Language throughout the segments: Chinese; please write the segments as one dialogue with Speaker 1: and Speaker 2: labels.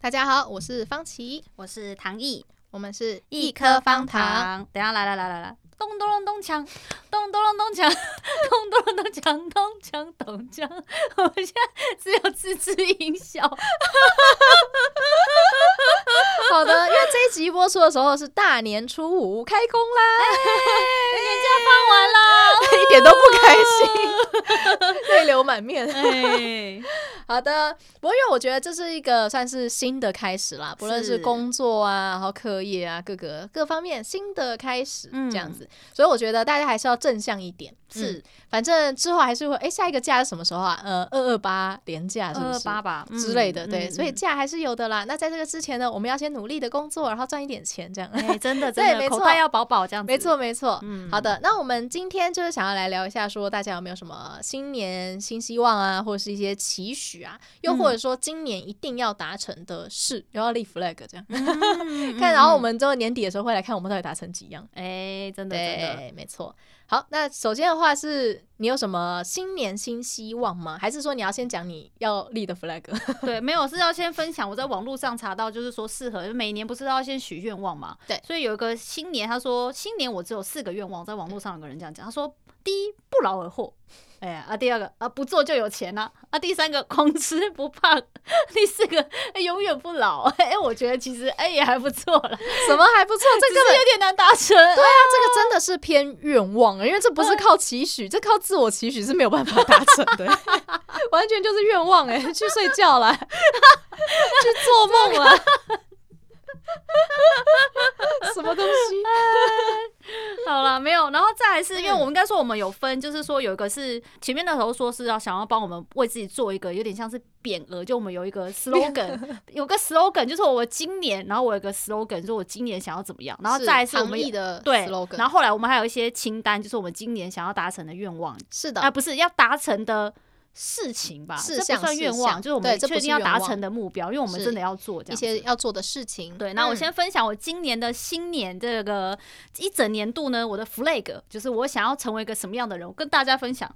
Speaker 1: 大家好，我是方琦，
Speaker 2: 我是唐毅，
Speaker 1: 我们是
Speaker 2: 一颗方。糖。等一下来来来来来，咚咚咚咚锵，咚咚咚咚锵， 咚咚咚咚锵，咚锵咚锵。我们现在只有自制音效。
Speaker 1: 好的，因为这一集播出的时候是大年初五开工啦，
Speaker 2: 年假放完啦。
Speaker 1: 哎一点都不开心， 泪流满面。
Speaker 2: 哎，
Speaker 1: 好的，不过因为我觉得这是一个算是新的开始啦，不论是
Speaker 2: 是
Speaker 1: 工作啊，然后课业啊，各个各方面新的开始
Speaker 2: 嗯
Speaker 1: 这样子，所以我觉得大家还是要正向一点。嗯
Speaker 2: 是
Speaker 1: 反正之后还是会，哎、下一个假是什么时候啊？呃，二二八连假是
Speaker 2: 二
Speaker 1: 不
Speaker 2: 二
Speaker 1: 是？
Speaker 2: 八吧
Speaker 1: 之类的，对，所以。
Speaker 2: 嗯嗯嗯
Speaker 1: 假还是有的啦。那在这个之前呢，我们要先努力的工作，然后赚一点钱，这样。
Speaker 2: 哎，真的，
Speaker 1: 对
Speaker 2: 真
Speaker 1: 没
Speaker 2: 的，
Speaker 1: 错
Speaker 2: 口袋要饱饱这样子。
Speaker 1: 没，错，没错。
Speaker 2: 嗯
Speaker 1: 好的，那我们今天就是想要来聊一下，说大家有没有什么新年新希望啊，或者是一些期许啊，又或
Speaker 2: 嗯
Speaker 1: 者说今年一定要达成的事，又要立 flag 这样。
Speaker 2: 嗯
Speaker 1: 看，然后我，们之后年底的时候会来看我们到底达成几样。
Speaker 2: 嗯嗯哎，真的，真的，
Speaker 1: 对，没错。好，那首先的话是你有什么新年新希望吗？还是说你要先讲你要立的 flag？
Speaker 2: 对，没有是要先分享。我在网络上查到，就是说适合，因为每年不是都要先许愿望嘛？
Speaker 1: 对
Speaker 2: 所以有一个新年，他说新年我只有四个愿望，在网络上有个人这样讲，他说第一不劳而获，哎呀啊，第二个啊不做就有钱呐、啊，第三个狂吃不胖， 第四个、哎永远不老，哎，我觉得其实哎也还不错啦，
Speaker 1: 什么还不错，这
Speaker 2: 这
Speaker 1: 根
Speaker 2: 个
Speaker 1: 本
Speaker 2: 有点难达
Speaker 1: 对
Speaker 2: 成。
Speaker 1: 啊，这个真的是偏愿望，啊因为这不是靠期许，这靠自我期许是没有办法达成 的，完全就是愿望 哎、去睡觉啦，去做梦啦，什么东 西？
Speaker 2: 好了，没有，然后再来是因为
Speaker 1: 嗯
Speaker 2: 我们应该说我们有分，就是说有一个是前面的时候说是要想要帮我们为自己做一个有点像是匾额，就我们有一个 slogan，有个 slogan 就是我今年，然后我有个 slogan 说我今年想要怎么样，然后再来是我
Speaker 1: 唐
Speaker 2: 们
Speaker 1: 毅
Speaker 2: 有
Speaker 1: 的
Speaker 2: 对
Speaker 1: slogan，，
Speaker 2: 然后后来我们还有一些清单，就是我们今年想要达成的愿望
Speaker 1: 是的
Speaker 2: 啊、，不是要达成的。事情吧，
Speaker 1: 事
Speaker 2: 这
Speaker 1: 项
Speaker 2: 不算
Speaker 1: 事
Speaker 2: 愿
Speaker 1: 项
Speaker 2: 望，就是我
Speaker 1: 对
Speaker 2: 们
Speaker 1: 这不
Speaker 2: 确
Speaker 1: 是
Speaker 2: 定要
Speaker 1: 愿
Speaker 2: 达
Speaker 1: 望
Speaker 2: 成的目标，因为我们
Speaker 1: 是
Speaker 2: 真的要做这
Speaker 1: 一
Speaker 2: 样
Speaker 1: 些
Speaker 2: 子。
Speaker 1: 要做的事情。
Speaker 2: 对，那我
Speaker 1: 嗯
Speaker 2: 先分享我今年的新年这个一整年度呢，我的 flag 就是我想要成为一个什么样的人，我跟大家分享。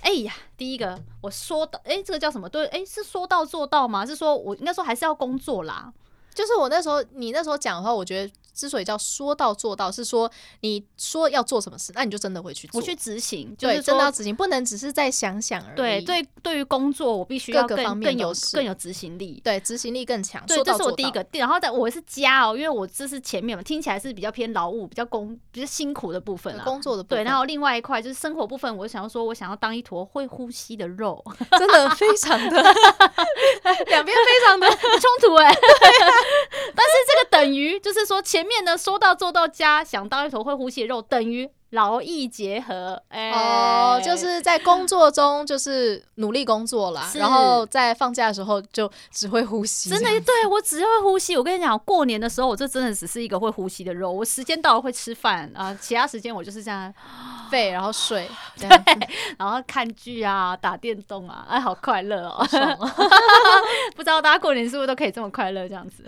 Speaker 2: 哎呀，第一个我说到，哎，这个叫什么？对，哎，是说到做到吗？是说我应该说还是要工作啦。
Speaker 1: 就是我那时候，你那时候讲的话，我觉得之所以叫说到做到，是说你说要做什么事，那你就真的会去做，
Speaker 2: 我去执行，就
Speaker 1: 对，
Speaker 2: 是
Speaker 1: 真的要
Speaker 2: 说。
Speaker 1: 执行，不能只是在想想而已。
Speaker 2: 对对，对于工作，我必须要
Speaker 1: 各个
Speaker 2: 更
Speaker 1: 方面
Speaker 2: 更
Speaker 1: 都
Speaker 2: 有
Speaker 1: 是
Speaker 2: 更有执行力。
Speaker 1: 对，执行力更强。
Speaker 2: 对，
Speaker 1: 说
Speaker 2: 这
Speaker 1: 到
Speaker 2: 是我
Speaker 1: 做
Speaker 2: 第一
Speaker 1: 到
Speaker 2: 个。第然后在我是家哦，因为我这是前面嘛，听起来是比较偏劳务、比较工、比较辛苦的部分
Speaker 1: 呃
Speaker 2: 啦。
Speaker 1: 工作的部
Speaker 2: 对，
Speaker 1: 分
Speaker 2: 然后另外一块就是生活部分，我想要说，我想要当一坨会呼吸的 肉，
Speaker 1: 真 的非常的两边非常的
Speaker 2: 冲 突哎、但是这个等于就是说，前面呢说到做到家，想当一坨会呼吸的肉，等于劳逸结合哎、
Speaker 1: 哦，就是在工作中就是努力工作啦，
Speaker 2: 是
Speaker 1: 然后在放假的时候就只会呼吸，
Speaker 2: 真的对我只会呼吸。我跟你讲，过年的时候我这真的只是一个会呼吸的肉，我时间到了会吃饭啊、其他时间我就是这样，
Speaker 1: 肺然后 睡，这样
Speaker 2: 然后看剧啊，打电动啊，哎，好快乐哦！
Speaker 1: 爽哦
Speaker 2: 不知道大家过年是不是都可以这么快乐这样子？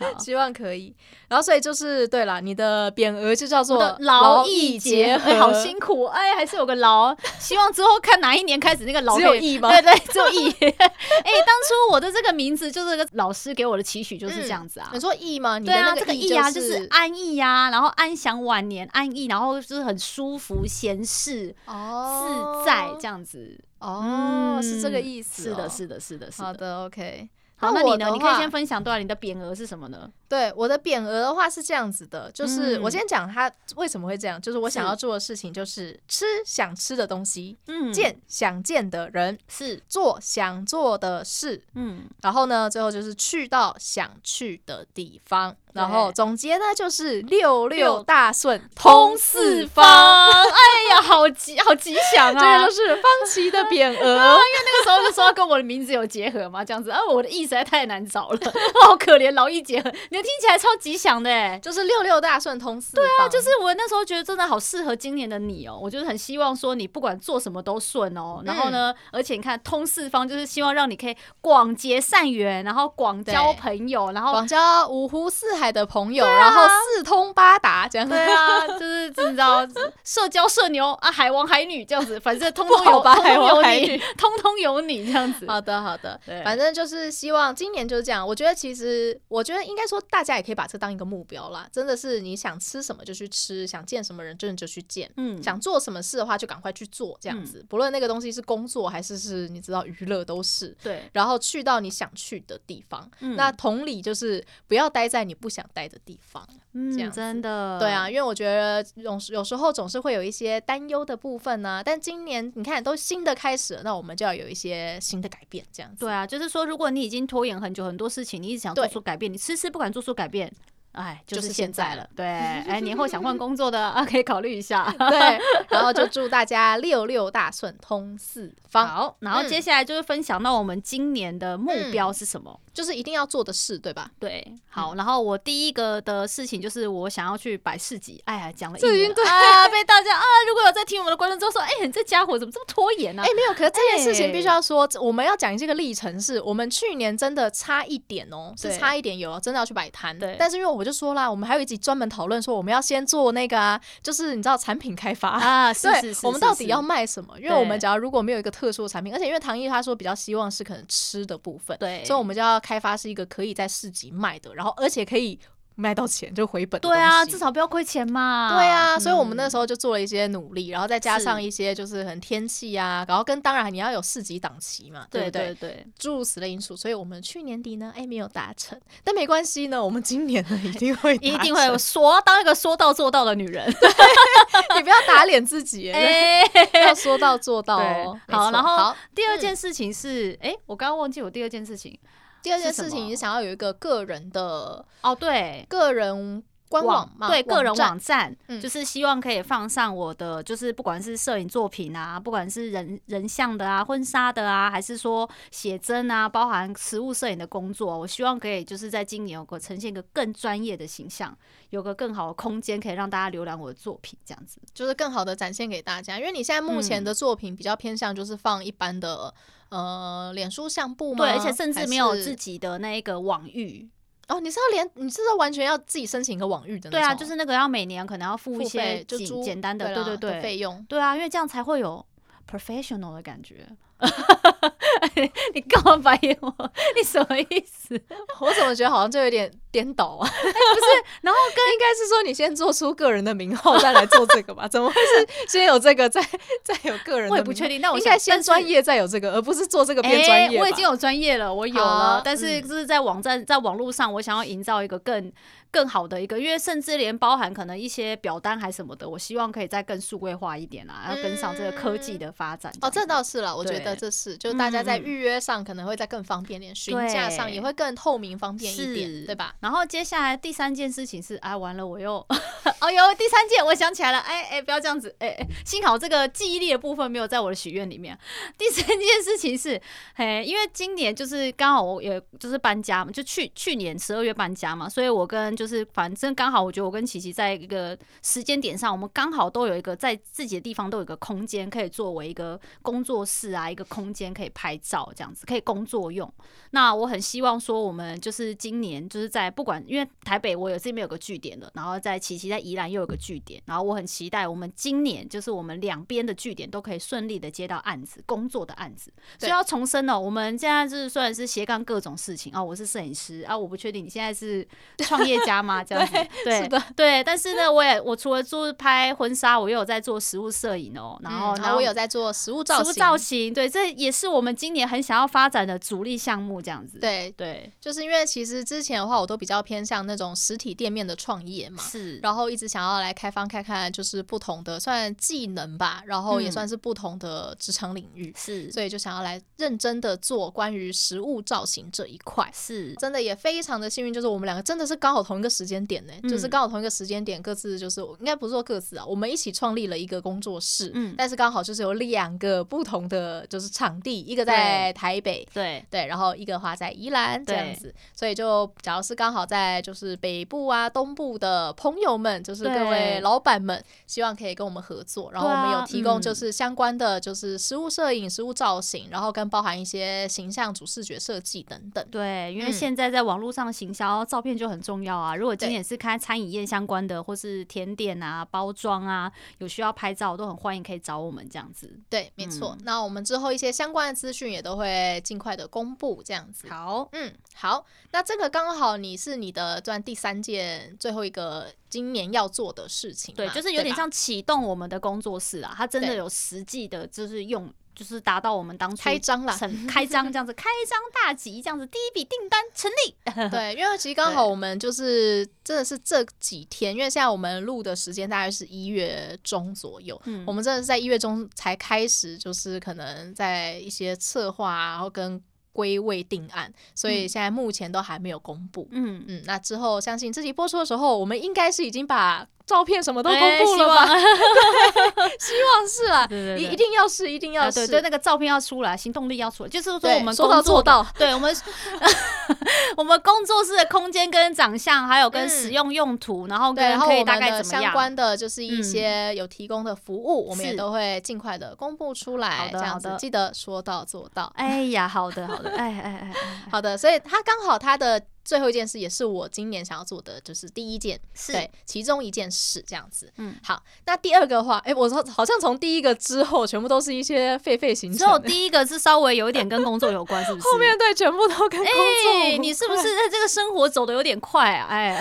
Speaker 2: 好
Speaker 1: 希望可以。然后所以就是对啦，你的匾额就叫
Speaker 2: 我
Speaker 1: 做
Speaker 2: 的劳
Speaker 1: 逸
Speaker 2: 逸结合，
Speaker 1: 合，
Speaker 2: 好辛苦哎，还是有个劳。希望之后看哪一年开始那个劳
Speaker 1: 只有
Speaker 2: 可以
Speaker 1: 逸吗
Speaker 2: 对对， 只有逸。 哎，当初我的这个名字就是个老师给我的期许就是这样子啊
Speaker 1: 你。说逸吗？你的
Speaker 2: 对啊，
Speaker 1: 那
Speaker 2: 这个
Speaker 1: 逸
Speaker 2: 逸啊，
Speaker 1: 就
Speaker 2: 就是安逸呀、啊，然后安享晚年，安逸，然后就是很舒服、闲适、
Speaker 1: 哦
Speaker 2: 啊自在这样子。
Speaker 1: 哦，是这个
Speaker 2: 嗯
Speaker 1: 意思
Speaker 2: 是
Speaker 1: 哦，
Speaker 2: 的，是的，是的，是
Speaker 1: 好。的，OK。
Speaker 2: 好，那你
Speaker 1: 我
Speaker 2: 呢？
Speaker 1: 的
Speaker 2: 你可以
Speaker 1: 话
Speaker 2: 先分享对啊，你的匾额是什么呢？
Speaker 1: 对我的匾额的话是这样子的，就是
Speaker 2: 嗯
Speaker 1: 我先讲它为什么会这样，就是我想
Speaker 2: 是
Speaker 1: 要做的事情就是吃想吃的东西，
Speaker 2: 嗯
Speaker 1: 见想见的人，
Speaker 2: 是，
Speaker 1: 做想做的事，
Speaker 2: 嗯，
Speaker 1: 然后呢，最后就是去到想去的地方，然后总结呢就是六六
Speaker 2: 六
Speaker 1: 大顺，
Speaker 2: 通四方。。哎呀，好吉好吉祥
Speaker 1: 这
Speaker 2: 啊！
Speaker 1: 个就是方琦的 匾额，
Speaker 2: 那时候就说要跟我的名字有结合嘛，这样子啊，我的意实在太难找了， 好可怜，劳逸结合，你听起来超吉祥的哎。
Speaker 1: 就是六六大顺通四方。对啊，
Speaker 2: 就是我那时候觉得真的好适合今年的你哦、我就是很希望说你不管做什么都顺哦、然后
Speaker 1: 嗯
Speaker 2: 呢，而且你看通四方就是希望让你可以广结善缘，然后广交
Speaker 1: 对
Speaker 2: 朋友，然后
Speaker 1: 广交五湖四海的朋友，然后四通八达这样。
Speaker 2: 啊对啊，就是你知道社交社牛啊，海王海女这样子，反正通
Speaker 1: 不
Speaker 2: 通
Speaker 1: 好
Speaker 2: 有，
Speaker 1: 吧
Speaker 2: 通
Speaker 1: 海
Speaker 2: 通
Speaker 1: 王
Speaker 2: 有
Speaker 1: 海
Speaker 2: 你
Speaker 1: 女，啊
Speaker 2: 通通有你这样子。
Speaker 1: 好的，好的
Speaker 2: 对，
Speaker 1: 反正就是希望今年就是这样。我觉得其实，我觉得应该说，大家也可以把这当一个目标啦。真的是你想吃什么就去吃，想见什么人真的就去见，
Speaker 2: 嗯
Speaker 1: 想做什么事的话就赶快去做，这样子。不论那个东西是工作还是是你知道娱乐都是。
Speaker 2: 对，
Speaker 1: 然后去到你想去的地方，
Speaker 2: 嗯
Speaker 1: 那同理就是不要待在你不想待的地方。这样
Speaker 2: 嗯，
Speaker 1: 子
Speaker 2: 真的，
Speaker 1: 对啊，，因为我觉得有时有时候总是会有一些担忧的部分呢、但今年你看都新的开始了，那我们就要有一些新的改变，这样子。
Speaker 2: 对啊，就是说，如果你已经拖延很久，很多事情你一直想做
Speaker 1: 对
Speaker 2: 出改变，你迟迟不敢做出改变，哎，就
Speaker 1: 就是
Speaker 2: 是
Speaker 1: 现
Speaker 2: 现
Speaker 1: 在
Speaker 2: 在
Speaker 1: 了
Speaker 2: 了。 对，哎，年后想换工作的啊，可以考虑一下。
Speaker 1: 对，然后就祝大家六六大顺，通四方，
Speaker 2: 好，然后
Speaker 1: 嗯
Speaker 2: 接下来就是分享到我们今年的目标是什么。
Speaker 1: 就是一定要做的事，对吧？
Speaker 2: 对，好，然后我第一个的事情就是我想要去摆市集，哎呀，讲了一
Speaker 1: 这已
Speaker 2: 年
Speaker 1: 经对
Speaker 2: 了啊，被大家啊，如果有在听我们的观众之后说，哎，你这家伙怎么这么拖延呢、
Speaker 1: 哎、没有，可是这件事情
Speaker 2: 哎
Speaker 1: 必须要说，我们要讲这个历程是，我们去年真的差一点哦、是
Speaker 2: 对
Speaker 1: 差一点有真的要去摆摊
Speaker 2: 对，
Speaker 1: 但是因为我就说啦，我们还有一集专门讨论说，我们要先做那个啊，就是你知道产品开发
Speaker 2: 啊，是
Speaker 1: 对，
Speaker 2: 是是，
Speaker 1: 我们
Speaker 2: 是
Speaker 1: 到底要
Speaker 2: 是
Speaker 1: 卖什么？因为
Speaker 2: 对
Speaker 1: 我们只要如果没有一个特殊的产品，而且因为唐毅他说比较希望是可能吃的部分，
Speaker 2: 对，
Speaker 1: 所以我们就要开发是一个可以在市集卖的，然后而且可以卖到钱就回本的
Speaker 2: 对啊，
Speaker 1: 东西
Speaker 2: 至。少不要亏钱嘛。
Speaker 1: 对啊，所以我们
Speaker 2: 嗯
Speaker 1: 那时候就做了一些努力，然后再加上一些就是很天气啊，然后跟当然你要有市集档期嘛，对
Speaker 2: 对
Speaker 1: 不
Speaker 2: 对
Speaker 1: 对？
Speaker 2: 对，
Speaker 1: 诸如此类因素，所以我们去年底呢，哎没有达成， 但没关系呢，我们今年 呢一定会
Speaker 2: 一
Speaker 1: 达
Speaker 2: 定会
Speaker 1: 成
Speaker 2: 有说当一个说到做到的女人。
Speaker 1: 你不要打脸自己，
Speaker 2: 哎，
Speaker 1: 要说到做到哦。
Speaker 2: 对好
Speaker 1: 没错
Speaker 2: 然后
Speaker 1: 好，嗯
Speaker 2: 第二件事情是，哎，我刚刚忘记我第二件事情。
Speaker 1: 第二件
Speaker 2: 是什
Speaker 1: 事情，
Speaker 2: 么
Speaker 1: 你是想要有一个个人的
Speaker 2: 哦，对，
Speaker 1: 个人官网嘛？
Speaker 2: 对个人
Speaker 1: 站
Speaker 2: 网站，
Speaker 1: 嗯
Speaker 2: 就是希望可以放上我的，就是不管是摄影作品啊，不管是人人像的啊、婚纱的啊，还是说写真啊，包含实物摄影的工作，我希望可以就是在今年有个呈现一个更专业的形象，有个更好的空间可以让大家浏览我的作品，这样子。
Speaker 1: 就是更好的展现给大家。因为你现在目前的
Speaker 2: 嗯
Speaker 1: 作品比较偏向就是放一般的呃脸书相簿嘛，
Speaker 2: 对，而且甚至没有
Speaker 1: 还是
Speaker 2: 自己的那一个网域，
Speaker 1: 哦，你是要连你是要完全要自己申请一个网域的那
Speaker 2: 对
Speaker 1: 种，
Speaker 2: 啊，就是那个要每年可能要付一
Speaker 1: 付
Speaker 2: 些
Speaker 1: 费就
Speaker 2: 简
Speaker 1: 租
Speaker 2: 简单的，
Speaker 1: 啦
Speaker 2: 对对
Speaker 1: 的
Speaker 2: 对，
Speaker 1: 费用。
Speaker 2: 对啊，因为这样才会有 professional 的感觉。你干嘛白眼我？你什么意思？
Speaker 1: 我怎么觉得好像就有点颠倒啊？
Speaker 2: 哎然后
Speaker 1: 应该是说你先做出个人的名号，再来做这个吧？怎么会 是先有这个，再再有个人的名号？
Speaker 2: 我也不确定，但我
Speaker 1: 应
Speaker 2: 想
Speaker 1: 该先专。业，再有这个，而不是做这个变专业吧、
Speaker 2: 我已经有专业了，我有了
Speaker 1: 好，嗯
Speaker 2: 但是就是在网站、在网络上，我想要营造一个更更好的一个，因为甚至连包含可能一些表单还什么的，我希望可以再更数位化一点啊，要跟上这个科技的发展。
Speaker 1: 哦，这
Speaker 2: 样子
Speaker 1: 倒是了，我觉得
Speaker 2: 对
Speaker 1: 这是，就是大家在
Speaker 2: 嗯嗯
Speaker 1: 预约上可能会再更方便点，询价上也会更透明方便一点，
Speaker 2: 是嗯
Speaker 1: 对吧？
Speaker 2: 然后接下来第三件事情是，哎，完了，我又， 哦哟，第三件我想起来了，哎哎，不要这样子，哎哎，幸好这个记忆力的部分没有在我的许愿里面。第三件事情是，哎，因为今年就是刚好我也就是搬家嘛，就去去年十二月搬家嘛，所以我跟就是反正刚好，我觉得我跟琪琪在一个时间点上，我们刚好都有一个在自己的地方都有一个空间可以作为一个工作室啊，一个空间可以拍照这样子，可以工作用。那我很希望说，我们就是今年就是在不管，因为台北我有这边有个据点了，然后在琪琪在宜兰又有个据点，然后我很期待我们今年就是我们两边的据点都可以顺利的接到案子，工作的案子。所
Speaker 1: 对
Speaker 2: 以要重申哦，我们现在就是虽然是斜杠各种事情啊、我是摄影师啊，我不确定你现在是创业家 吗？这样子对
Speaker 1: 是的，
Speaker 2: 对，但是呢，我也我除了做拍婚纱，我又有在做实物摄影哦，然后、
Speaker 1: 嗯
Speaker 2: 然后
Speaker 1: 我有在做食物造
Speaker 2: 实
Speaker 1: 型，
Speaker 2: 物造型，对，这也是我们今年很想要发展的主力项目，这样子。
Speaker 1: 对，
Speaker 2: 对，
Speaker 1: 就是因为其实之前的话，我都比较偏向那种实体店面的创业嘛。
Speaker 2: 是，
Speaker 1: 然后一直想要来开放看看，就是不同的算技能吧，然后也
Speaker 2: 嗯
Speaker 1: 算是不同的职场领域，
Speaker 2: 是，
Speaker 1: 所以就想要来认真的做关于食物造型这一块。
Speaker 2: 是，
Speaker 1: 真的也非常的幸运，就是我们两个真的是刚好同一个时间点呢、
Speaker 2: 嗯
Speaker 1: 就是刚好同一个时间点，各自就是应该不是说各自啊，我们一起创立了一个工作室，
Speaker 2: 嗯
Speaker 1: 但是刚好就是有两个不同的就是场地，一个在台北。
Speaker 2: 对，
Speaker 1: 对，然后一个花在宜兰这
Speaker 2: 对
Speaker 1: 样子，所以就只要是刚好在就是北部啊、东部的朋友们，就就是
Speaker 2: 对
Speaker 1: 各位老板们，希望可以跟我们合作。然后我
Speaker 2: 对
Speaker 1: 们
Speaker 2: 啊
Speaker 1: 有提供
Speaker 2: 嗯
Speaker 1: 就是相关的就是食物摄影、食物造型，然后跟包含一些形象主视觉设计等等。
Speaker 2: 对，因为
Speaker 1: 嗯
Speaker 2: 现在在网络上行销照片就很重要啊。如果今
Speaker 1: 对
Speaker 2: 年是开餐饮业相关的，或是甜点啊、包装啊，有需要拍照都很欢迎可以找我们这样子。
Speaker 1: 对，没错。
Speaker 2: 嗯
Speaker 1: 那我们之后一些相关的资讯也都会尽快的公布，这样子。
Speaker 2: 好，
Speaker 1: 嗯，好，那这个刚好你是你的算第三件最后一个今年要做的事情嘛，
Speaker 2: 对，就是有点
Speaker 1: 吧
Speaker 2: 像启动我们的工作室啊，它真的
Speaker 1: 对
Speaker 2: 有实际的，就是用，就是达到我们当初
Speaker 1: 开张啦。
Speaker 2: 成开张这样子，开张大吉这样子，第一笔订单成立。
Speaker 1: 对，因为其实刚好
Speaker 2: 对
Speaker 1: 我们就是真的是这几天，因为现在我们录的时间大概是一月中左右，
Speaker 2: 嗯
Speaker 1: 我们真的是在一月中才开始，就是可能在一些策划啊，然后跟归位定案，所以
Speaker 2: 嗯
Speaker 1: 现在目前都还没有公布。
Speaker 2: 嗯，
Speaker 1: 嗯，那之后相信自己播出的时候，我们应该是已经把照片什么都公
Speaker 2: 哎
Speaker 1: 布
Speaker 2: 希
Speaker 1: 了吧？
Speaker 2: 望
Speaker 1: 希望 是啦，
Speaker 2: 对对
Speaker 1: 一
Speaker 2: 对
Speaker 1: 一定要是，一定要
Speaker 2: 啊，
Speaker 1: 是，
Speaker 2: 对对，那个照片要出来，行动力要出来，就是说
Speaker 1: 对
Speaker 2: 我们
Speaker 1: 说到
Speaker 2: 工作
Speaker 1: 做
Speaker 2: 的
Speaker 1: 到。
Speaker 2: 对我们，我们工作室的空间跟长相，还有跟
Speaker 1: 嗯
Speaker 2: 使用用途，然后
Speaker 1: 对，然
Speaker 2: 跟
Speaker 1: 后
Speaker 2: 可以
Speaker 1: 我
Speaker 2: 大
Speaker 1: 们
Speaker 2: 概
Speaker 1: 的
Speaker 2: 怎么
Speaker 1: 相
Speaker 2: 样？
Speaker 1: 关的就是一
Speaker 2: 嗯
Speaker 1: 些有提供的服务，我们也
Speaker 2: 是
Speaker 1: 都会尽快的公布出
Speaker 2: 好
Speaker 1: 来，
Speaker 2: 的
Speaker 1: 这样
Speaker 2: 好
Speaker 1: 子
Speaker 2: 的
Speaker 1: 记得说到做到。
Speaker 2: 哎呀，好的好的，哎哎哎哎，哎
Speaker 1: 好的，所以他刚好他的最后一件事也是我今年想要做的，就是第一件，
Speaker 2: 是
Speaker 1: 对，其中一件事这样子。
Speaker 2: 嗯，
Speaker 1: 好，那第二个话，哎，我好像从第一个之后，全部都是一些狒狒行
Speaker 2: 只
Speaker 1: 程
Speaker 2: 有
Speaker 1: 的，
Speaker 2: 第一个是稍微有一点跟工作有关，是不是？
Speaker 1: 后面对全部都跟工作
Speaker 2: 哎、
Speaker 1: 无
Speaker 2: 你是不
Speaker 1: 关
Speaker 2: 是在这个生活走的有点快啊？哎，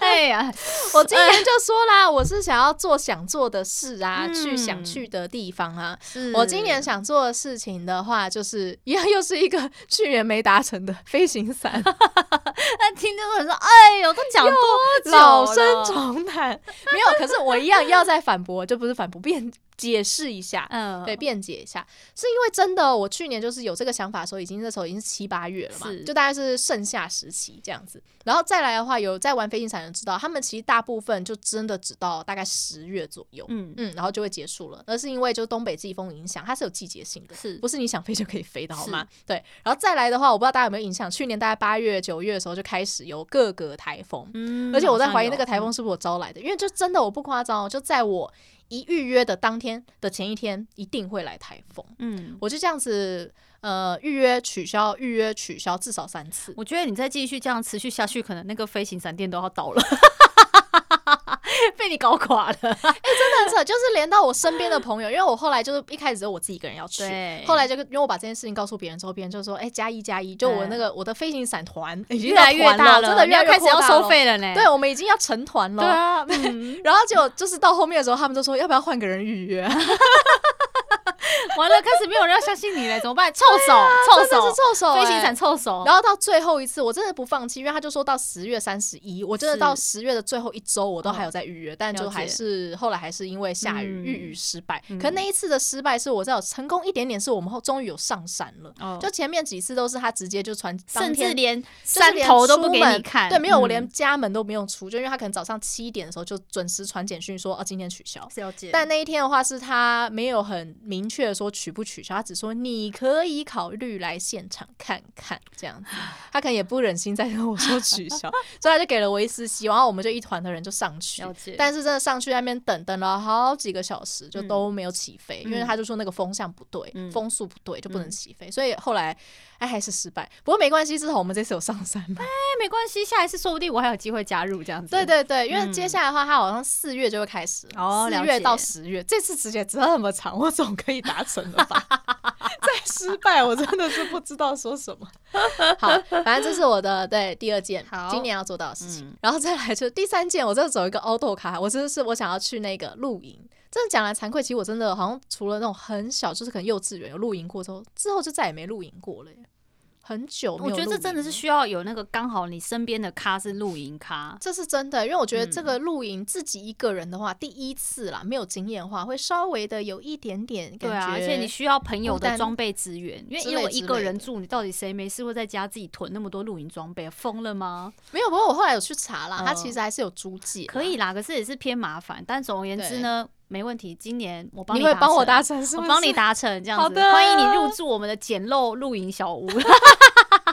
Speaker 2: 哎呀，
Speaker 1: 我今年就说啦，我是想要做想做的事啊，
Speaker 2: 嗯
Speaker 1: 去想去的地方啊。
Speaker 2: 是
Speaker 1: 我今年想做的事情的话，就是 一样又是一个去年没达成的飞行伞，
Speaker 2: 那听就很说，哎呦，都讲多久
Speaker 1: 老生
Speaker 2: 了
Speaker 1: 常谈。没有，可是我一样要再反驳，就不是反驳，辩解释一下。
Speaker 2: 嗯，
Speaker 1: 对，辩解一下，是因为真的，我去年就是有这个想法的时候，已经那时候已经是七八月了嘛
Speaker 2: 是，
Speaker 1: 就大概是盛夏时期这样子。然后再来的话，有在玩飞行伞的人知道，他们其实大部分就真的只到大概十月左右，
Speaker 2: 嗯，
Speaker 1: 嗯，然后就会结束了。那是因为就是东北季风影响，它是有季节性的，
Speaker 2: 是
Speaker 1: 不是你想飞就可以飞的好吗？对。然后再来的话，我不知道大家有没有印象，去年大概八月、九月的时候就开始有各个台风，
Speaker 2: 嗯
Speaker 1: 而且我在怀疑那个台风是不是我招来的，因为就真的我不夸张哦，就在我一预约的当天的前一天，一定会来台风。
Speaker 2: 嗯。
Speaker 1: 我就这样子，呃，预约取消，预约取消，至少三次。
Speaker 2: 我觉得你再继续这样持续下去，可能那个飞行闪电都要倒 了，被你搞垮了。
Speaker 1: 真的是，就是连到我身边的朋友，因为我后来就是一开始只有我自己一个人要去，
Speaker 2: 对
Speaker 1: 后来就跟因为我把这件事情告诉别人之后，别人就说：“哎、加一加一。”就我那个我的飞行伞团已经
Speaker 2: 越来越
Speaker 1: 到团
Speaker 2: 大啊
Speaker 1: 真的
Speaker 2: 你
Speaker 1: 越来
Speaker 2: 要
Speaker 1: 越
Speaker 2: 开始
Speaker 1: 扩
Speaker 2: 要
Speaker 1: 大
Speaker 2: 收
Speaker 1: 了。
Speaker 2: 费了呢。
Speaker 1: 对，我们已经要成团了。
Speaker 2: 对啊，
Speaker 1: 然后结果就是到后面的时候，他们就说：“要不要换个人预 约啊？”
Speaker 2: 完了，开始没有人要相信你了，怎么办？臭手， 臭
Speaker 1: 真的
Speaker 2: 手欸
Speaker 1: 是，臭手、
Speaker 2: 飞行
Speaker 1: 哎
Speaker 2: 伞臭手。
Speaker 1: 然后到最后一次，我真的不放弃，因为他就说到十月三十一，我真的
Speaker 2: 是
Speaker 1: 到十月的最后一周，我都还有在预约，但
Speaker 2: 了
Speaker 1: 就
Speaker 2: 解
Speaker 1: 还是后来还是因为下雨
Speaker 2: 嗯
Speaker 1: 遇雨失败。
Speaker 2: 嗯
Speaker 1: 可那一次的失败是我在有成功一点点，是我们后终于有上山了。
Speaker 2: 哦
Speaker 1: 就前面几次都是他直接就传，
Speaker 2: 甚
Speaker 1: 当
Speaker 2: 至
Speaker 1: 天
Speaker 2: 连
Speaker 1: 就是
Speaker 2: 山
Speaker 1: 连
Speaker 2: 头都不
Speaker 1: 出
Speaker 2: 给
Speaker 1: 门
Speaker 2: 你看，
Speaker 1: 对，没有，我
Speaker 2: 嗯
Speaker 1: 连家门都不用出，就因为他可能早上七点的时候就准时传简讯说哦今天取消。
Speaker 2: 了解
Speaker 1: 但那一天的话，是他没有很明确地说取不取消，他只说你可以考虑来现场看看这样子。他可能也不忍心再跟我说取 消，所以他就给了我一丝希望。然后我们就一团的人就上去，
Speaker 2: 了解，
Speaker 1: 但是真的上去那边等等了好几个小时，就都没有起飞，因为
Speaker 2: 嗯
Speaker 1: 他就说那个风向不对，
Speaker 2: 嗯
Speaker 1: 风速不对，就不能起飞，所以后来哎还是失败。不过没关系，至少我们这次有上山嘛。
Speaker 2: 但没关系，下一次说不定我还有机会加入这样子。
Speaker 1: 对对对，因为
Speaker 2: 嗯
Speaker 1: 接下来的话，它好像四月就会开始，
Speaker 2: 哦
Speaker 1: 四
Speaker 2: 了
Speaker 1: 月
Speaker 2: 解
Speaker 1: 到十月，这次直接这么长，我总可以达成了吧？ 再失败，我真的是不知道说什么。好，反正这是我的对第二件
Speaker 2: 好
Speaker 1: 今年要做到的事情，
Speaker 2: 嗯
Speaker 1: 然后再来就是第三件，我真的走一个 auto 卡，我真的是我想要去那个露营。真的讲来惭愧，其实我真的好像除了那种很小，就是可能幼稚园有露营过之后，之后就再也没露营过了耶，很久没有
Speaker 2: 我觉得
Speaker 1: 露
Speaker 2: 这真的
Speaker 1: 营
Speaker 2: 是
Speaker 1: 了
Speaker 2: 需要有那个刚好你身边的咖是露营咖，
Speaker 1: 这是真的，因为我觉得
Speaker 2: 嗯
Speaker 1: 这个露营自己一个人的话，第一次啦，没有经验的话，会稍微的有一点点感觉。
Speaker 2: 对啊，而且你需要朋友
Speaker 1: 孤单
Speaker 2: 的装备资源，因为
Speaker 1: 之类
Speaker 2: 因为我一个
Speaker 1: 之类
Speaker 2: 人
Speaker 1: 的
Speaker 2: 住，你到底谁没事会在家自己囤那么多露营装备啊？疯了吗？
Speaker 1: 没有，不过我后来有去查啦，
Speaker 2: 嗯
Speaker 1: 它其实还是有租借，
Speaker 2: 可。以啦，可是也是偏麻烦。但总而言之呢，没问题。今年我帮
Speaker 1: 你会帮我
Speaker 2: 达
Speaker 1: 达成，是
Speaker 2: 成，
Speaker 1: 不
Speaker 2: 我
Speaker 1: 是？
Speaker 2: 帮你达成这样
Speaker 1: 好
Speaker 2: 子，
Speaker 1: 的
Speaker 2: 欢迎你入住我们的简陋露营小屋。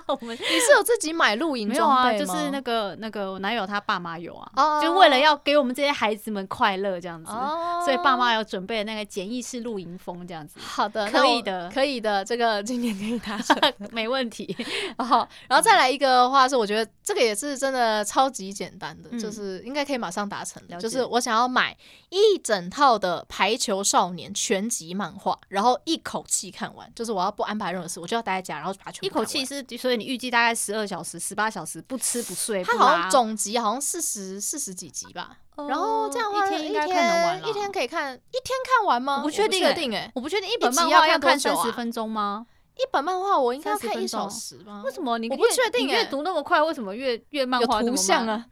Speaker 2: 我们
Speaker 1: 你是有自己买露营
Speaker 2: 没有啊，
Speaker 1: 装备
Speaker 2: 就
Speaker 1: 吗
Speaker 2: 是那个那个我男友他爸妈有啊，
Speaker 1: 哦
Speaker 2: 就为了要给我们这些孩子们快乐这样子，
Speaker 1: 哦
Speaker 2: 所以爸妈有准备那个简易式露营风这样子，
Speaker 1: 好的，
Speaker 2: 可
Speaker 1: 那
Speaker 2: 以
Speaker 1: 我
Speaker 2: 的
Speaker 1: 可以的，这个今年可以达成。
Speaker 2: 没问题。
Speaker 1: 然后，哦然后再来一个的话是，我觉得这个也是真的超级简单的，
Speaker 2: 嗯
Speaker 1: 就是应该可以马上达成的。
Speaker 2: 了解
Speaker 1: 就是我想要买一整套的《排球少年》全集漫画，然后一口气看完。就是我要不安排任何事，我就要待在家，然后把它全部
Speaker 2: 一口
Speaker 1: 看
Speaker 2: 气
Speaker 1: 完。
Speaker 2: 是，所以你预计大概十二小时、十八小时不吃不睡，
Speaker 1: 它
Speaker 2: 不
Speaker 1: 好
Speaker 2: 拉
Speaker 1: 像总集好像四十四十几集吧，
Speaker 2: 哦
Speaker 1: 然后这样的话
Speaker 2: 一天应该
Speaker 1: 一
Speaker 2: 看得完
Speaker 1: 一天
Speaker 2: 了。
Speaker 1: 可以看一天看完吗？
Speaker 2: 我不
Speaker 1: 我
Speaker 2: 确定
Speaker 1: 确
Speaker 2: 欸
Speaker 1: 定哎、
Speaker 2: 我不确定一本
Speaker 1: 集
Speaker 2: 漫
Speaker 1: 要
Speaker 2: 画要
Speaker 1: 看多
Speaker 2: 看
Speaker 1: 久
Speaker 2: 三
Speaker 1: 啊
Speaker 2: 十分钟吗？
Speaker 1: 一本漫画我应该要
Speaker 2: 30
Speaker 1: 看一
Speaker 2: 分钟
Speaker 1: 小时吧？
Speaker 2: 为什么你
Speaker 1: 我
Speaker 2: 越
Speaker 1: 不确定
Speaker 2: 你越
Speaker 1: 欸
Speaker 2: 读那么快，为什么越越漫
Speaker 1: 有
Speaker 2: 画那
Speaker 1: 图
Speaker 2: 么
Speaker 1: 像
Speaker 2: 慢？
Speaker 1: 啊？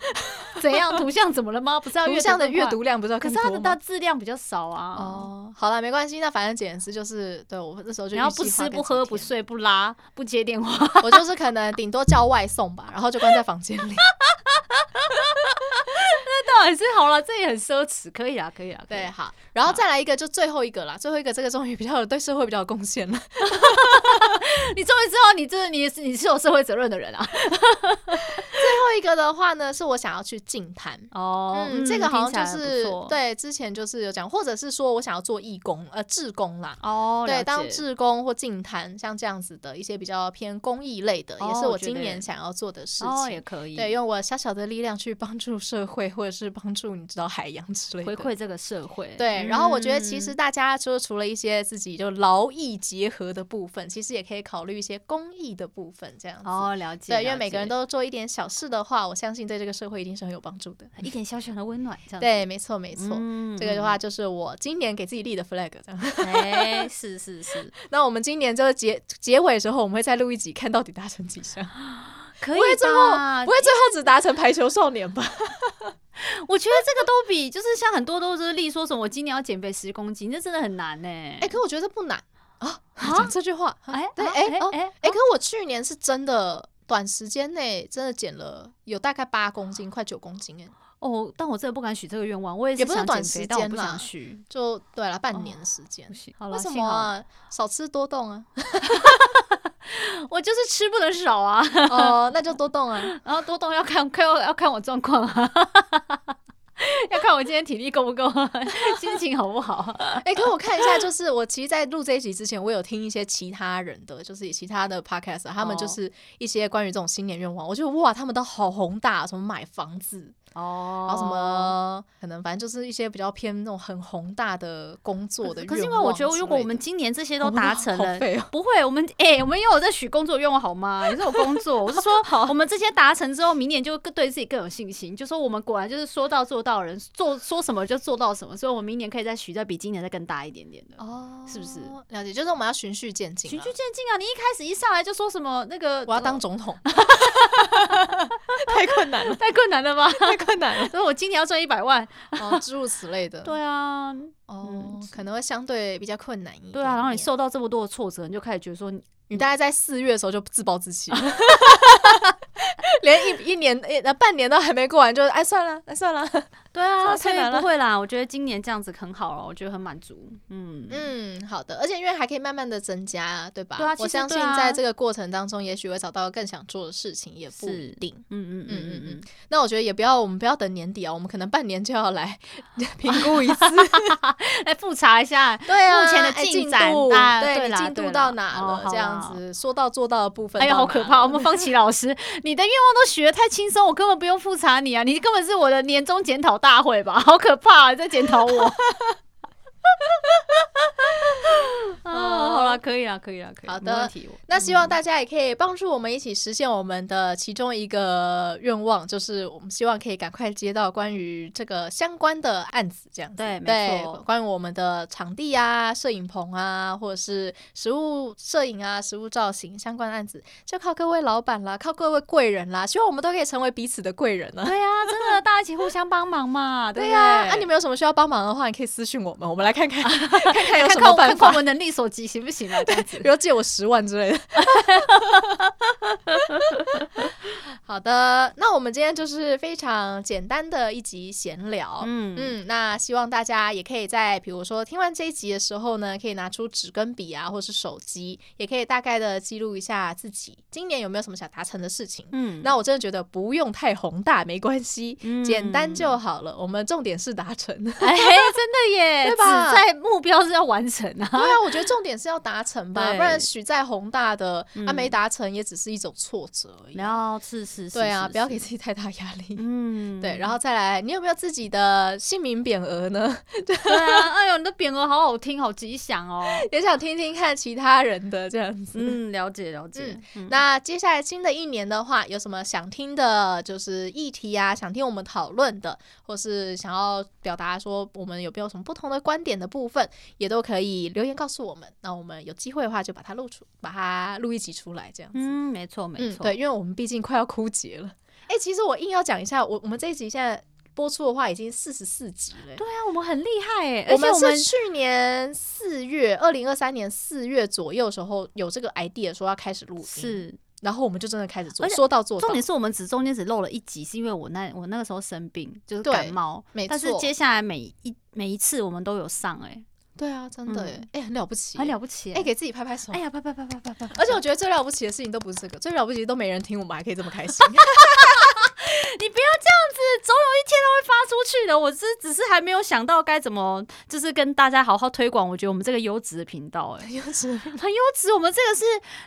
Speaker 2: 怎样图像怎么了吗？不是要
Speaker 1: 图
Speaker 2: 阅
Speaker 1: 像的
Speaker 2: 更
Speaker 1: 阅
Speaker 2: 快，
Speaker 1: 读量不是要
Speaker 2: 可
Speaker 1: 更
Speaker 2: 是
Speaker 1: 多
Speaker 2: 它的
Speaker 1: 吗
Speaker 2: 它质量比较少啊。
Speaker 1: 哦，好了，没关系。那反正简言之就是，对我那时候就
Speaker 2: 然后
Speaker 1: 预计花个
Speaker 2: 不吃不
Speaker 1: 几
Speaker 2: 喝不
Speaker 1: 天，
Speaker 2: 睡不拉不接 电话，
Speaker 1: 我就是可能顶多叫外送吧，然后就关在房间 里。
Speaker 2: 那还是好了，这也很奢侈，可以啦，可以啦，可以
Speaker 1: 对，
Speaker 2: 啦。
Speaker 1: 好，然后再来一个，就最后一个啦，最后一个这个终于比较有对社会比较有贡献了。啊
Speaker 2: 你终于知道你这你是你是有社会责任的人啊。
Speaker 1: 最后一个的话呢，是我想要去净滩。
Speaker 2: 哦
Speaker 1: 嗯，这个好像就
Speaker 2: 听起来
Speaker 1: 是
Speaker 2: 很不错
Speaker 1: 对之前就是有讲，或者是说我想要做义工，呃，志工啦，
Speaker 2: 哦，了
Speaker 1: 对，
Speaker 2: 解
Speaker 1: 当志工或净坛，像这样子的一些比较偏公益类的，
Speaker 2: 哦
Speaker 1: 也是我
Speaker 2: 我觉得
Speaker 1: 今年
Speaker 2: 也
Speaker 1: 想要做的事
Speaker 2: 哦
Speaker 1: 情
Speaker 2: 也。可以，
Speaker 1: 对，用我小小的力量去帮助社会，或者是帮助你知道海洋之类的
Speaker 2: 回。馈这个社会。
Speaker 1: 对，然后我觉得其
Speaker 2: 嗯
Speaker 1: 实大家就是除了一些自己就劳逸结合的部分，其实也可以考虑一些公益的部分，这样子。
Speaker 2: 哦，了解，
Speaker 1: 对，因为
Speaker 2: 了
Speaker 1: 每个人
Speaker 2: 解
Speaker 1: 都做一点小事的话，我相信对这个社会一定是很有帮助的。
Speaker 2: 呃一点小小的温暖，这样子
Speaker 1: 对，没错，没错。
Speaker 2: 嗯
Speaker 1: 这个的话，就是我今年给自己立的 flag。这样，
Speaker 2: 哎，是是是，
Speaker 1: 那我们今年就是结结尾的时候，我们会再录一集，看到底达成几项。
Speaker 2: 可
Speaker 1: 不会
Speaker 2: 以
Speaker 1: 最后
Speaker 2: 吧
Speaker 1: 不？会最后只达成排球少年吧？
Speaker 2: 我觉得这个都比就是像很多都是例说什么我今年要减肥十公斤，这真的很难呢。
Speaker 1: 哎，可我觉得不难啊。讲这句话，
Speaker 2: 哎
Speaker 1: 对，
Speaker 2: 啊
Speaker 1: 哎哦
Speaker 2: 哎
Speaker 1: 哎、可是我去年是真的短时间内真的减了有大概八公斤，快九公斤哎、
Speaker 2: 哦，但我真的不敢许这个愿望，我也
Speaker 1: 也
Speaker 2: 是
Speaker 1: 不是
Speaker 2: 想
Speaker 1: 短
Speaker 2: 减肥
Speaker 1: 时
Speaker 2: 但我
Speaker 1: 间
Speaker 2: 不
Speaker 1: 啦
Speaker 2: 想许，
Speaker 1: 就对了，半年的时间
Speaker 2: 不。行。好了，
Speaker 1: 为什
Speaker 2: 哦幸
Speaker 1: 么
Speaker 2: 好
Speaker 1: 啊？少吃多动 啊！
Speaker 2: 我就是吃不能少啊，
Speaker 1: 哦，那就多动啊！
Speaker 2: 然后多动要看， 看要要看我状况啊。 要看我今天体力够不够啊， 心情好不好啊？
Speaker 1: 哎、可我看一下，就是我其实，在录这一集之前，我有听一些其他人的，就是其他的 podcast，他们就
Speaker 2: 哦
Speaker 1: 是一些关于这种新年愿望，我觉得哇，他们都好宏大，什么买房子，
Speaker 2: 哦
Speaker 1: 然后什么可能反正就是一些比较偏那种很宏大的工作的
Speaker 2: 可是因
Speaker 1: 愿
Speaker 2: 为
Speaker 1: 望
Speaker 2: 我觉得，
Speaker 1: 之
Speaker 2: 如果我
Speaker 1: 类的
Speaker 2: 们今年这些都
Speaker 1: 哦
Speaker 2: 达成
Speaker 1: 好
Speaker 2: 了，
Speaker 1: 废哦
Speaker 2: 不会，我们哎、我们又有在许工作愿望好吗？也是有工作， 我是说，我们这些达成之后，明年就更对自己更有信心，就说我们果然就是说到做到的人，做说什么就做到什么，所以我们明年可以再许再比今年再更大一点点的。
Speaker 1: 哦，
Speaker 2: 是不是
Speaker 1: 了解？就是我们要循序渐进、啊，
Speaker 2: 循序渐进啊！你一开始一上来就说什么那个，
Speaker 1: 我要当总统，太困难了，
Speaker 2: 太困难了吧？
Speaker 1: 太困难了，
Speaker 2: 所以我今年要赚一百万。
Speaker 1: 哦，诸如此类的，
Speaker 2: 对啊，
Speaker 1: 哦，可能会相对比较困难一点点。
Speaker 2: 对啊，然后你受到这么多的挫折，你就开始觉得说你，
Speaker 1: 你大概在四月的时候就自暴自弃 了。连一一年诶，那半年都还没过完，就哎算了，哎算了。
Speaker 2: 对
Speaker 1: 这
Speaker 2: 啊，
Speaker 1: 太
Speaker 2: 所以
Speaker 1: 难了
Speaker 2: 不会啦。我觉得今年这样子很好哦了，我觉得很满足。嗯
Speaker 1: 嗯，好的，而且因为还可以慢慢的增加，对吧？
Speaker 2: 对啊其
Speaker 1: 我
Speaker 2: 实
Speaker 1: 相信
Speaker 2: 对啊
Speaker 1: 在这个过程当中，也许会找到更想做的事情，也不
Speaker 2: 是
Speaker 1: 一定。
Speaker 2: 嗯嗯
Speaker 1: 嗯
Speaker 2: 嗯
Speaker 1: 嗯
Speaker 2: 嗯
Speaker 1: 那我觉得也不要，我们不要等年底啊，我们可能半年就要来 评估一次。
Speaker 2: 嗯，来复查一下。
Speaker 1: 对啊，
Speaker 2: 目前的
Speaker 1: 哎
Speaker 2: 进展
Speaker 1: 度
Speaker 2: 啊
Speaker 1: 对
Speaker 2: 对
Speaker 1: 你
Speaker 2: 啦
Speaker 1: 进
Speaker 2: 对
Speaker 1: 度
Speaker 2: 啦
Speaker 1: 到哪
Speaker 2: 哦
Speaker 1: 了？
Speaker 2: 好
Speaker 1: 这样
Speaker 2: 啦
Speaker 1: 子说到做到的部分，
Speaker 2: 哎呀，好可怕！我！们方琦老师，你的愿望都许得太轻松，我根本不用复查你啊！你根本是我的年终检讨大会吧？好可怕、啊，你在检讨我。 啊，好了，可以了，可以了，可以啦。
Speaker 1: 好
Speaker 2: 没
Speaker 1: 的
Speaker 2: 问题
Speaker 1: 那希
Speaker 2: 嗯
Speaker 1: 望大家也可以帮助我们一起实现我们的其中一个愿望，就是我们希望可以赶快接到关于这个相关的案子，这样子。
Speaker 2: 对没
Speaker 1: 对
Speaker 2: 错，
Speaker 1: 关于我们的场地啊、摄影棚啊，或者是食物摄影啊、食物造型相关案子，就靠各位老板啦，靠各位贵人啦，希望我们都可以成为彼此的贵人啊。
Speaker 2: 对啊，真的，大家一起互相帮忙嘛，对
Speaker 1: 对
Speaker 2: 不
Speaker 1: 呀、
Speaker 2: 对
Speaker 1: 啊，你们有什么需要帮忙的话，你可以私信我们，我们来看 看看看有
Speaker 2: 看
Speaker 1: 什
Speaker 2: 看
Speaker 1: 么
Speaker 2: 我
Speaker 1: 办
Speaker 2: 看看
Speaker 1: 法
Speaker 2: 我，们能力所及行不行啊？这样子
Speaker 1: 比如借我十万之类的。好的，那我们今天就是非常简单的一集闲聊。
Speaker 2: 嗯嗯，
Speaker 1: 嗯，那希望大家也可以在比如说听完这一集的时候呢，可以拿出纸跟笔啊，或是手机，也可以大概的记录一下自己今年有没有什么想达成的事情。
Speaker 2: 嗯
Speaker 1: 那我真的觉得不用太宏大，没关系，
Speaker 2: 那
Speaker 1: 简单就好了。我们重点是达成。
Speaker 2: 哎，真的耶，
Speaker 1: 对吧
Speaker 2: 只在目标是要完成啊。
Speaker 1: 对啊，我觉得重点是要达成吧，
Speaker 2: 对
Speaker 1: 不然许再宏大的，他、
Speaker 2: 嗯
Speaker 1: 没达成也只是一种挫折而已。
Speaker 2: 后是是
Speaker 1: 对啊，不要给自己太大压力。
Speaker 2: 嗯
Speaker 1: 对，然
Speaker 2: 后
Speaker 1: 后再来，你有没有自己的姓名匾额呢？
Speaker 2: 对啊，哎呦，你的匾额好好听，好吉祥哦。
Speaker 1: 也想听听看其他人的这样子。
Speaker 2: 嗯，了解了解。嗯
Speaker 1: 那接下来新的一年的话，有什么想听的，就是议题啊，想听我们讨论的，或是想要表达说我们有没有什么不同的观点的部分，也都可以留言告诉我们。那我们有机会的话，就把它录出，把它录一集出来，这样子。
Speaker 2: 嗯，没错没
Speaker 1: 嗯，
Speaker 2: 错。
Speaker 1: 对，因为我们毕竟快要枯竭了。哎、其实我硬要讲一下，我我们这一集现在播出的话，已经四十四集了、
Speaker 2: 对啊，我们很厉害哎，
Speaker 1: 我
Speaker 2: 而且
Speaker 1: 们
Speaker 2: 我们
Speaker 1: 是去年四月，二零二三年四月左右的时候有这个 idea 说要开始录音，，
Speaker 2: 是
Speaker 1: 然后我们就真的开始做，
Speaker 2: 而且
Speaker 1: 说到做到
Speaker 2: 重。点是我们只中间只漏了一集，是因为我那我那个时候生病，就是
Speaker 1: 对
Speaker 2: 感冒。
Speaker 1: 没错
Speaker 2: 但是接下来每一每一次我们都有上，哎，
Speaker 1: 对啊，真的耶，哎、很了不起耶，
Speaker 2: 嗯很了不起
Speaker 1: 哎、
Speaker 2: 哎。
Speaker 1: 给自己拍拍手。
Speaker 2: 哎呀，啪啪啪啪啪啪！
Speaker 1: 而且我觉得最了不起的事情都不是这个，最了不起都没人听，我们还可以这么开 心。
Speaker 2: 你不要这样子，总有一天它会发出去的。我只只是还没有想到该怎么，就是跟大家好好推广。我觉得我们这个优质的频道、哎， 很优质。我们这个是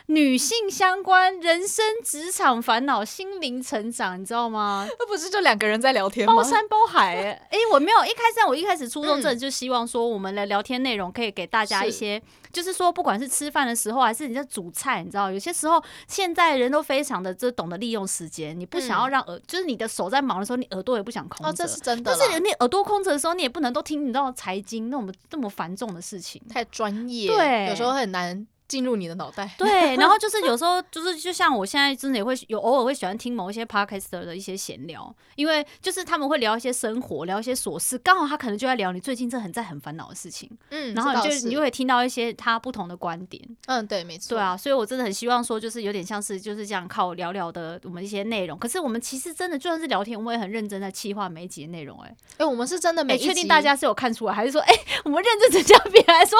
Speaker 2: 女性相关、人生、职场烦恼、心灵成长，你知道吗？
Speaker 1: 那不是就两个人在聊天吗？
Speaker 2: 包山包 海、哎，哎、我没有一开始，我一开始初衷真的就希望说，我们的聊天内容可以给大家一些，就是说，不管是吃饭的时候，还是你在煮菜，你知道，有些时候现在人都非常的就懂得利用时间，你不想要让耳，就是你的手在忙的时候，你耳朵也不想空着。
Speaker 1: 哦，这是真的
Speaker 2: 但
Speaker 1: 啦，
Speaker 2: 嗯是你耳朵空着的时候，你也不能都听你知道财经那么这么繁重的事情。
Speaker 1: 太专业，
Speaker 2: 对
Speaker 1: 有时候很难进入你的脑袋。
Speaker 2: 对，然后就是有时候就是就像我现在真的也会有偶尔会喜欢听某一些 podcaster 的一些闲聊，因为就是他们会聊一些生活，聊一些琐事，刚好他可能就在聊你最近这很在很烦恼的事情，
Speaker 1: 嗯
Speaker 2: 然后你
Speaker 1: 这倒
Speaker 2: 就是你就会听到一些他不同的观点。
Speaker 1: 嗯，对，没错，
Speaker 2: 对，啊，所以我真的很希望说，就是有点像是就是这样靠聊聊的我们一些内容。可是我们其实真的就算是聊天，我们也很认真在企划每一集的内容、哎，
Speaker 1: 哎、我们是真的
Speaker 2: 哎，
Speaker 1: 没
Speaker 2: 确定大家是有看出来，还是说，哎、我们认真成家别人还说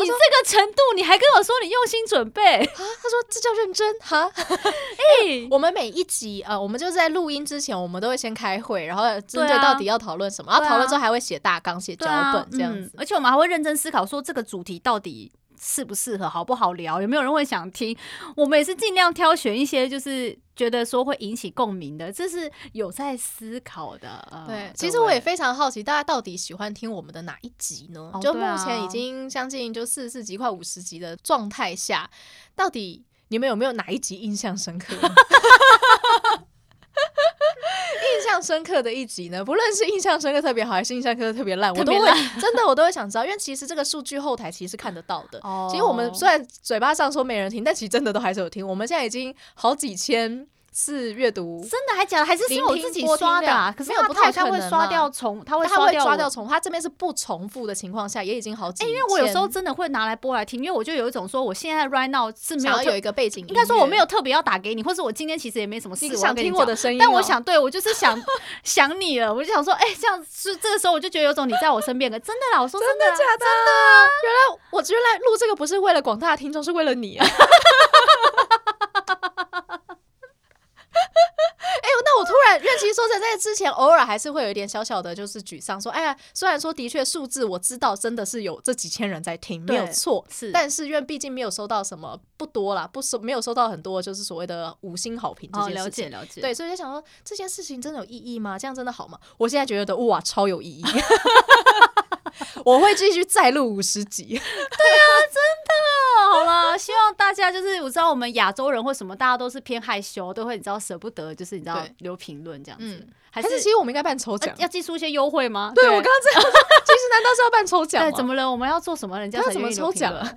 Speaker 2: 你这个程度，你还跟我说你用心准 备？
Speaker 1: 啊，他说这叫认真 哈。
Speaker 2: 嘿
Speaker 1: 我们每一集呃，我们就是在录音之前，我们都会先开会，然后针
Speaker 2: 对
Speaker 1: 对
Speaker 2: 啊
Speaker 1: 到底要讨论什么，然后
Speaker 2: 对啊
Speaker 1: 讨论之后还会写大纲、写脚
Speaker 2: 对啊
Speaker 1: 本这样
Speaker 2: 嗯
Speaker 1: 子。
Speaker 2: 而且我们还会认真思考说这个主题到底。适不适合，好不好聊，有没有人会想听？我们也是尽量挑选一些，就是觉得说会引起共鸣的，这是有在思考的。呃
Speaker 1: 对，其实我也
Speaker 2: 非
Speaker 1: 非常好奇，大家到底喜欢听我们的哪一集呢？
Speaker 2: 哦
Speaker 1: 就目
Speaker 2: 对啊
Speaker 1: 前已经将近就四十四集、快五十集的状态下，到底你们有没有哪一集印象深刻呢？ 印象深刻的一集呢，不论是印象深刻特别好，还是印象深刻特别烂，我
Speaker 2: 特
Speaker 1: 都
Speaker 2: 别
Speaker 1: 会 真的我都会想知道，因为其实这个数据后台其实是看得到的。
Speaker 2: 哦
Speaker 1: 其实我们虽然嘴巴上说没人听，但其实真的都还是有听。我们现在已经好几千次阅读
Speaker 2: 真的还假的，还是是
Speaker 1: 聆
Speaker 2: 我
Speaker 1: 听
Speaker 2: 自己
Speaker 1: 播听
Speaker 2: 刷的啊？
Speaker 1: 量
Speaker 2: 可是
Speaker 1: 没有
Speaker 2: 它
Speaker 1: 不
Speaker 2: 它好
Speaker 1: 太
Speaker 2: 像
Speaker 1: 可
Speaker 2: 会
Speaker 1: 能
Speaker 2: 刷
Speaker 1: 啦
Speaker 2: 掉重，它会
Speaker 1: 他会
Speaker 2: 掉
Speaker 1: 刷
Speaker 2: 我
Speaker 1: 掉重，他这边是不重复的情况下，也已经好几、
Speaker 2: 哎、因为我有时候真的会拿来播来听，因为我就有一种说，我现在 right now 是没
Speaker 1: 想
Speaker 2: 有
Speaker 1: 要
Speaker 2: 特
Speaker 1: 有一个背景音乐，
Speaker 2: 应该说我没有特别要打给你，或是我今天其实也没什么事，
Speaker 1: 你
Speaker 2: 我要
Speaker 1: 想
Speaker 2: 跟
Speaker 1: 听
Speaker 2: 你
Speaker 1: 我
Speaker 2: 讲
Speaker 1: 的声音哦、
Speaker 2: 但我想，对我就是 想想你了，我就想说，哎、这样是这个时候我就觉得有种你在我身边的，真的啦，我说真的啦，
Speaker 1: 假的啊，原来我原来录这个不是为了广大的听众，是为了你啊。哎、哎那我突然，认清说在在之前，偶尔还是会有一点小小的，就是沮丧，说，哎呀，虽然说的确数字我知道真的是有这几千人在听，没有
Speaker 2: 对
Speaker 1: 错，
Speaker 2: 是，
Speaker 1: 但是因为毕竟没有收到什么不多啦，不收没有收到很多就是所谓的五星好评这
Speaker 2: 哦，
Speaker 1: 件
Speaker 2: 了
Speaker 1: 事情。
Speaker 2: 解了解，
Speaker 1: 对，所以就想说这件事情真的有意义吗？这样真的好吗？我现在觉得哇，超有意义。 我会继续再录五十集，
Speaker 2: 哦好了，希望大家就是我知道我们亚洲人或什么，大家都是偏害羞，都会你知道舍不得，就是你知道
Speaker 1: 对
Speaker 2: 留评论这样子，
Speaker 1: 嗯
Speaker 2: 还
Speaker 1: 还
Speaker 2: 是
Speaker 1: 是其实我们应该办抽奖
Speaker 2: 呃？要寄出一些优惠吗？
Speaker 1: 对我刚刚这样说， 其实难道是要办抽奖吗？
Speaker 2: 哎对，怎么了？我们要做什么？人家
Speaker 1: 要
Speaker 2: 才
Speaker 1: 怎
Speaker 2: 愿
Speaker 1: 么
Speaker 2: 意
Speaker 1: 抽
Speaker 2: 留评
Speaker 1: 奖
Speaker 2: 论？
Speaker 1: 啊？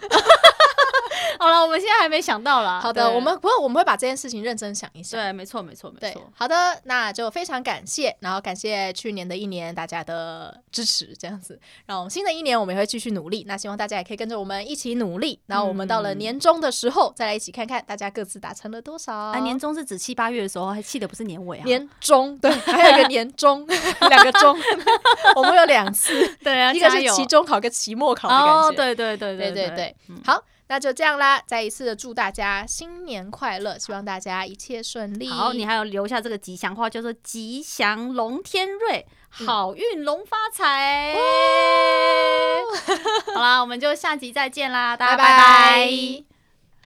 Speaker 2: 好了，我们现在还没想到啦。
Speaker 1: 好的，
Speaker 2: 对
Speaker 1: 我们不过我们会把这件事情认真想一想。
Speaker 2: 对，没错，没错，没
Speaker 1: 对
Speaker 2: 错，。
Speaker 1: 好的，那就非常感谢，然后感谢去年的一年大家的支持，这样子。然后新的一年我们也会继续努力，那希望大家也可以跟着我们一起努力。然后我们到了年终的时候，再来一起看看大家各自达成了多少。
Speaker 2: 啊，年终是指七八月的时候，还气的不是年尾啊。
Speaker 1: 年终 对，还有一个年终，两个终， 我们有两 次，
Speaker 2: 对啊，
Speaker 1: 一个
Speaker 2: 加
Speaker 1: 是
Speaker 2: 油
Speaker 1: 期中考跟期末考的感觉。
Speaker 2: 哦，对对对
Speaker 1: 对对
Speaker 2: 对
Speaker 1: 对，
Speaker 2: 嗯
Speaker 1: 好，那就这样啦！再一次的祝大家新年快乐，希望大家一切顺利。
Speaker 2: 好，你还有留下这个吉祥话，叫做“吉祥龙天瑞，
Speaker 1: 嗯哦
Speaker 2: 好运龙发财”好啦，我们就下集再见啦，大家
Speaker 1: 拜
Speaker 2: 拜
Speaker 1: 拜
Speaker 2: 拜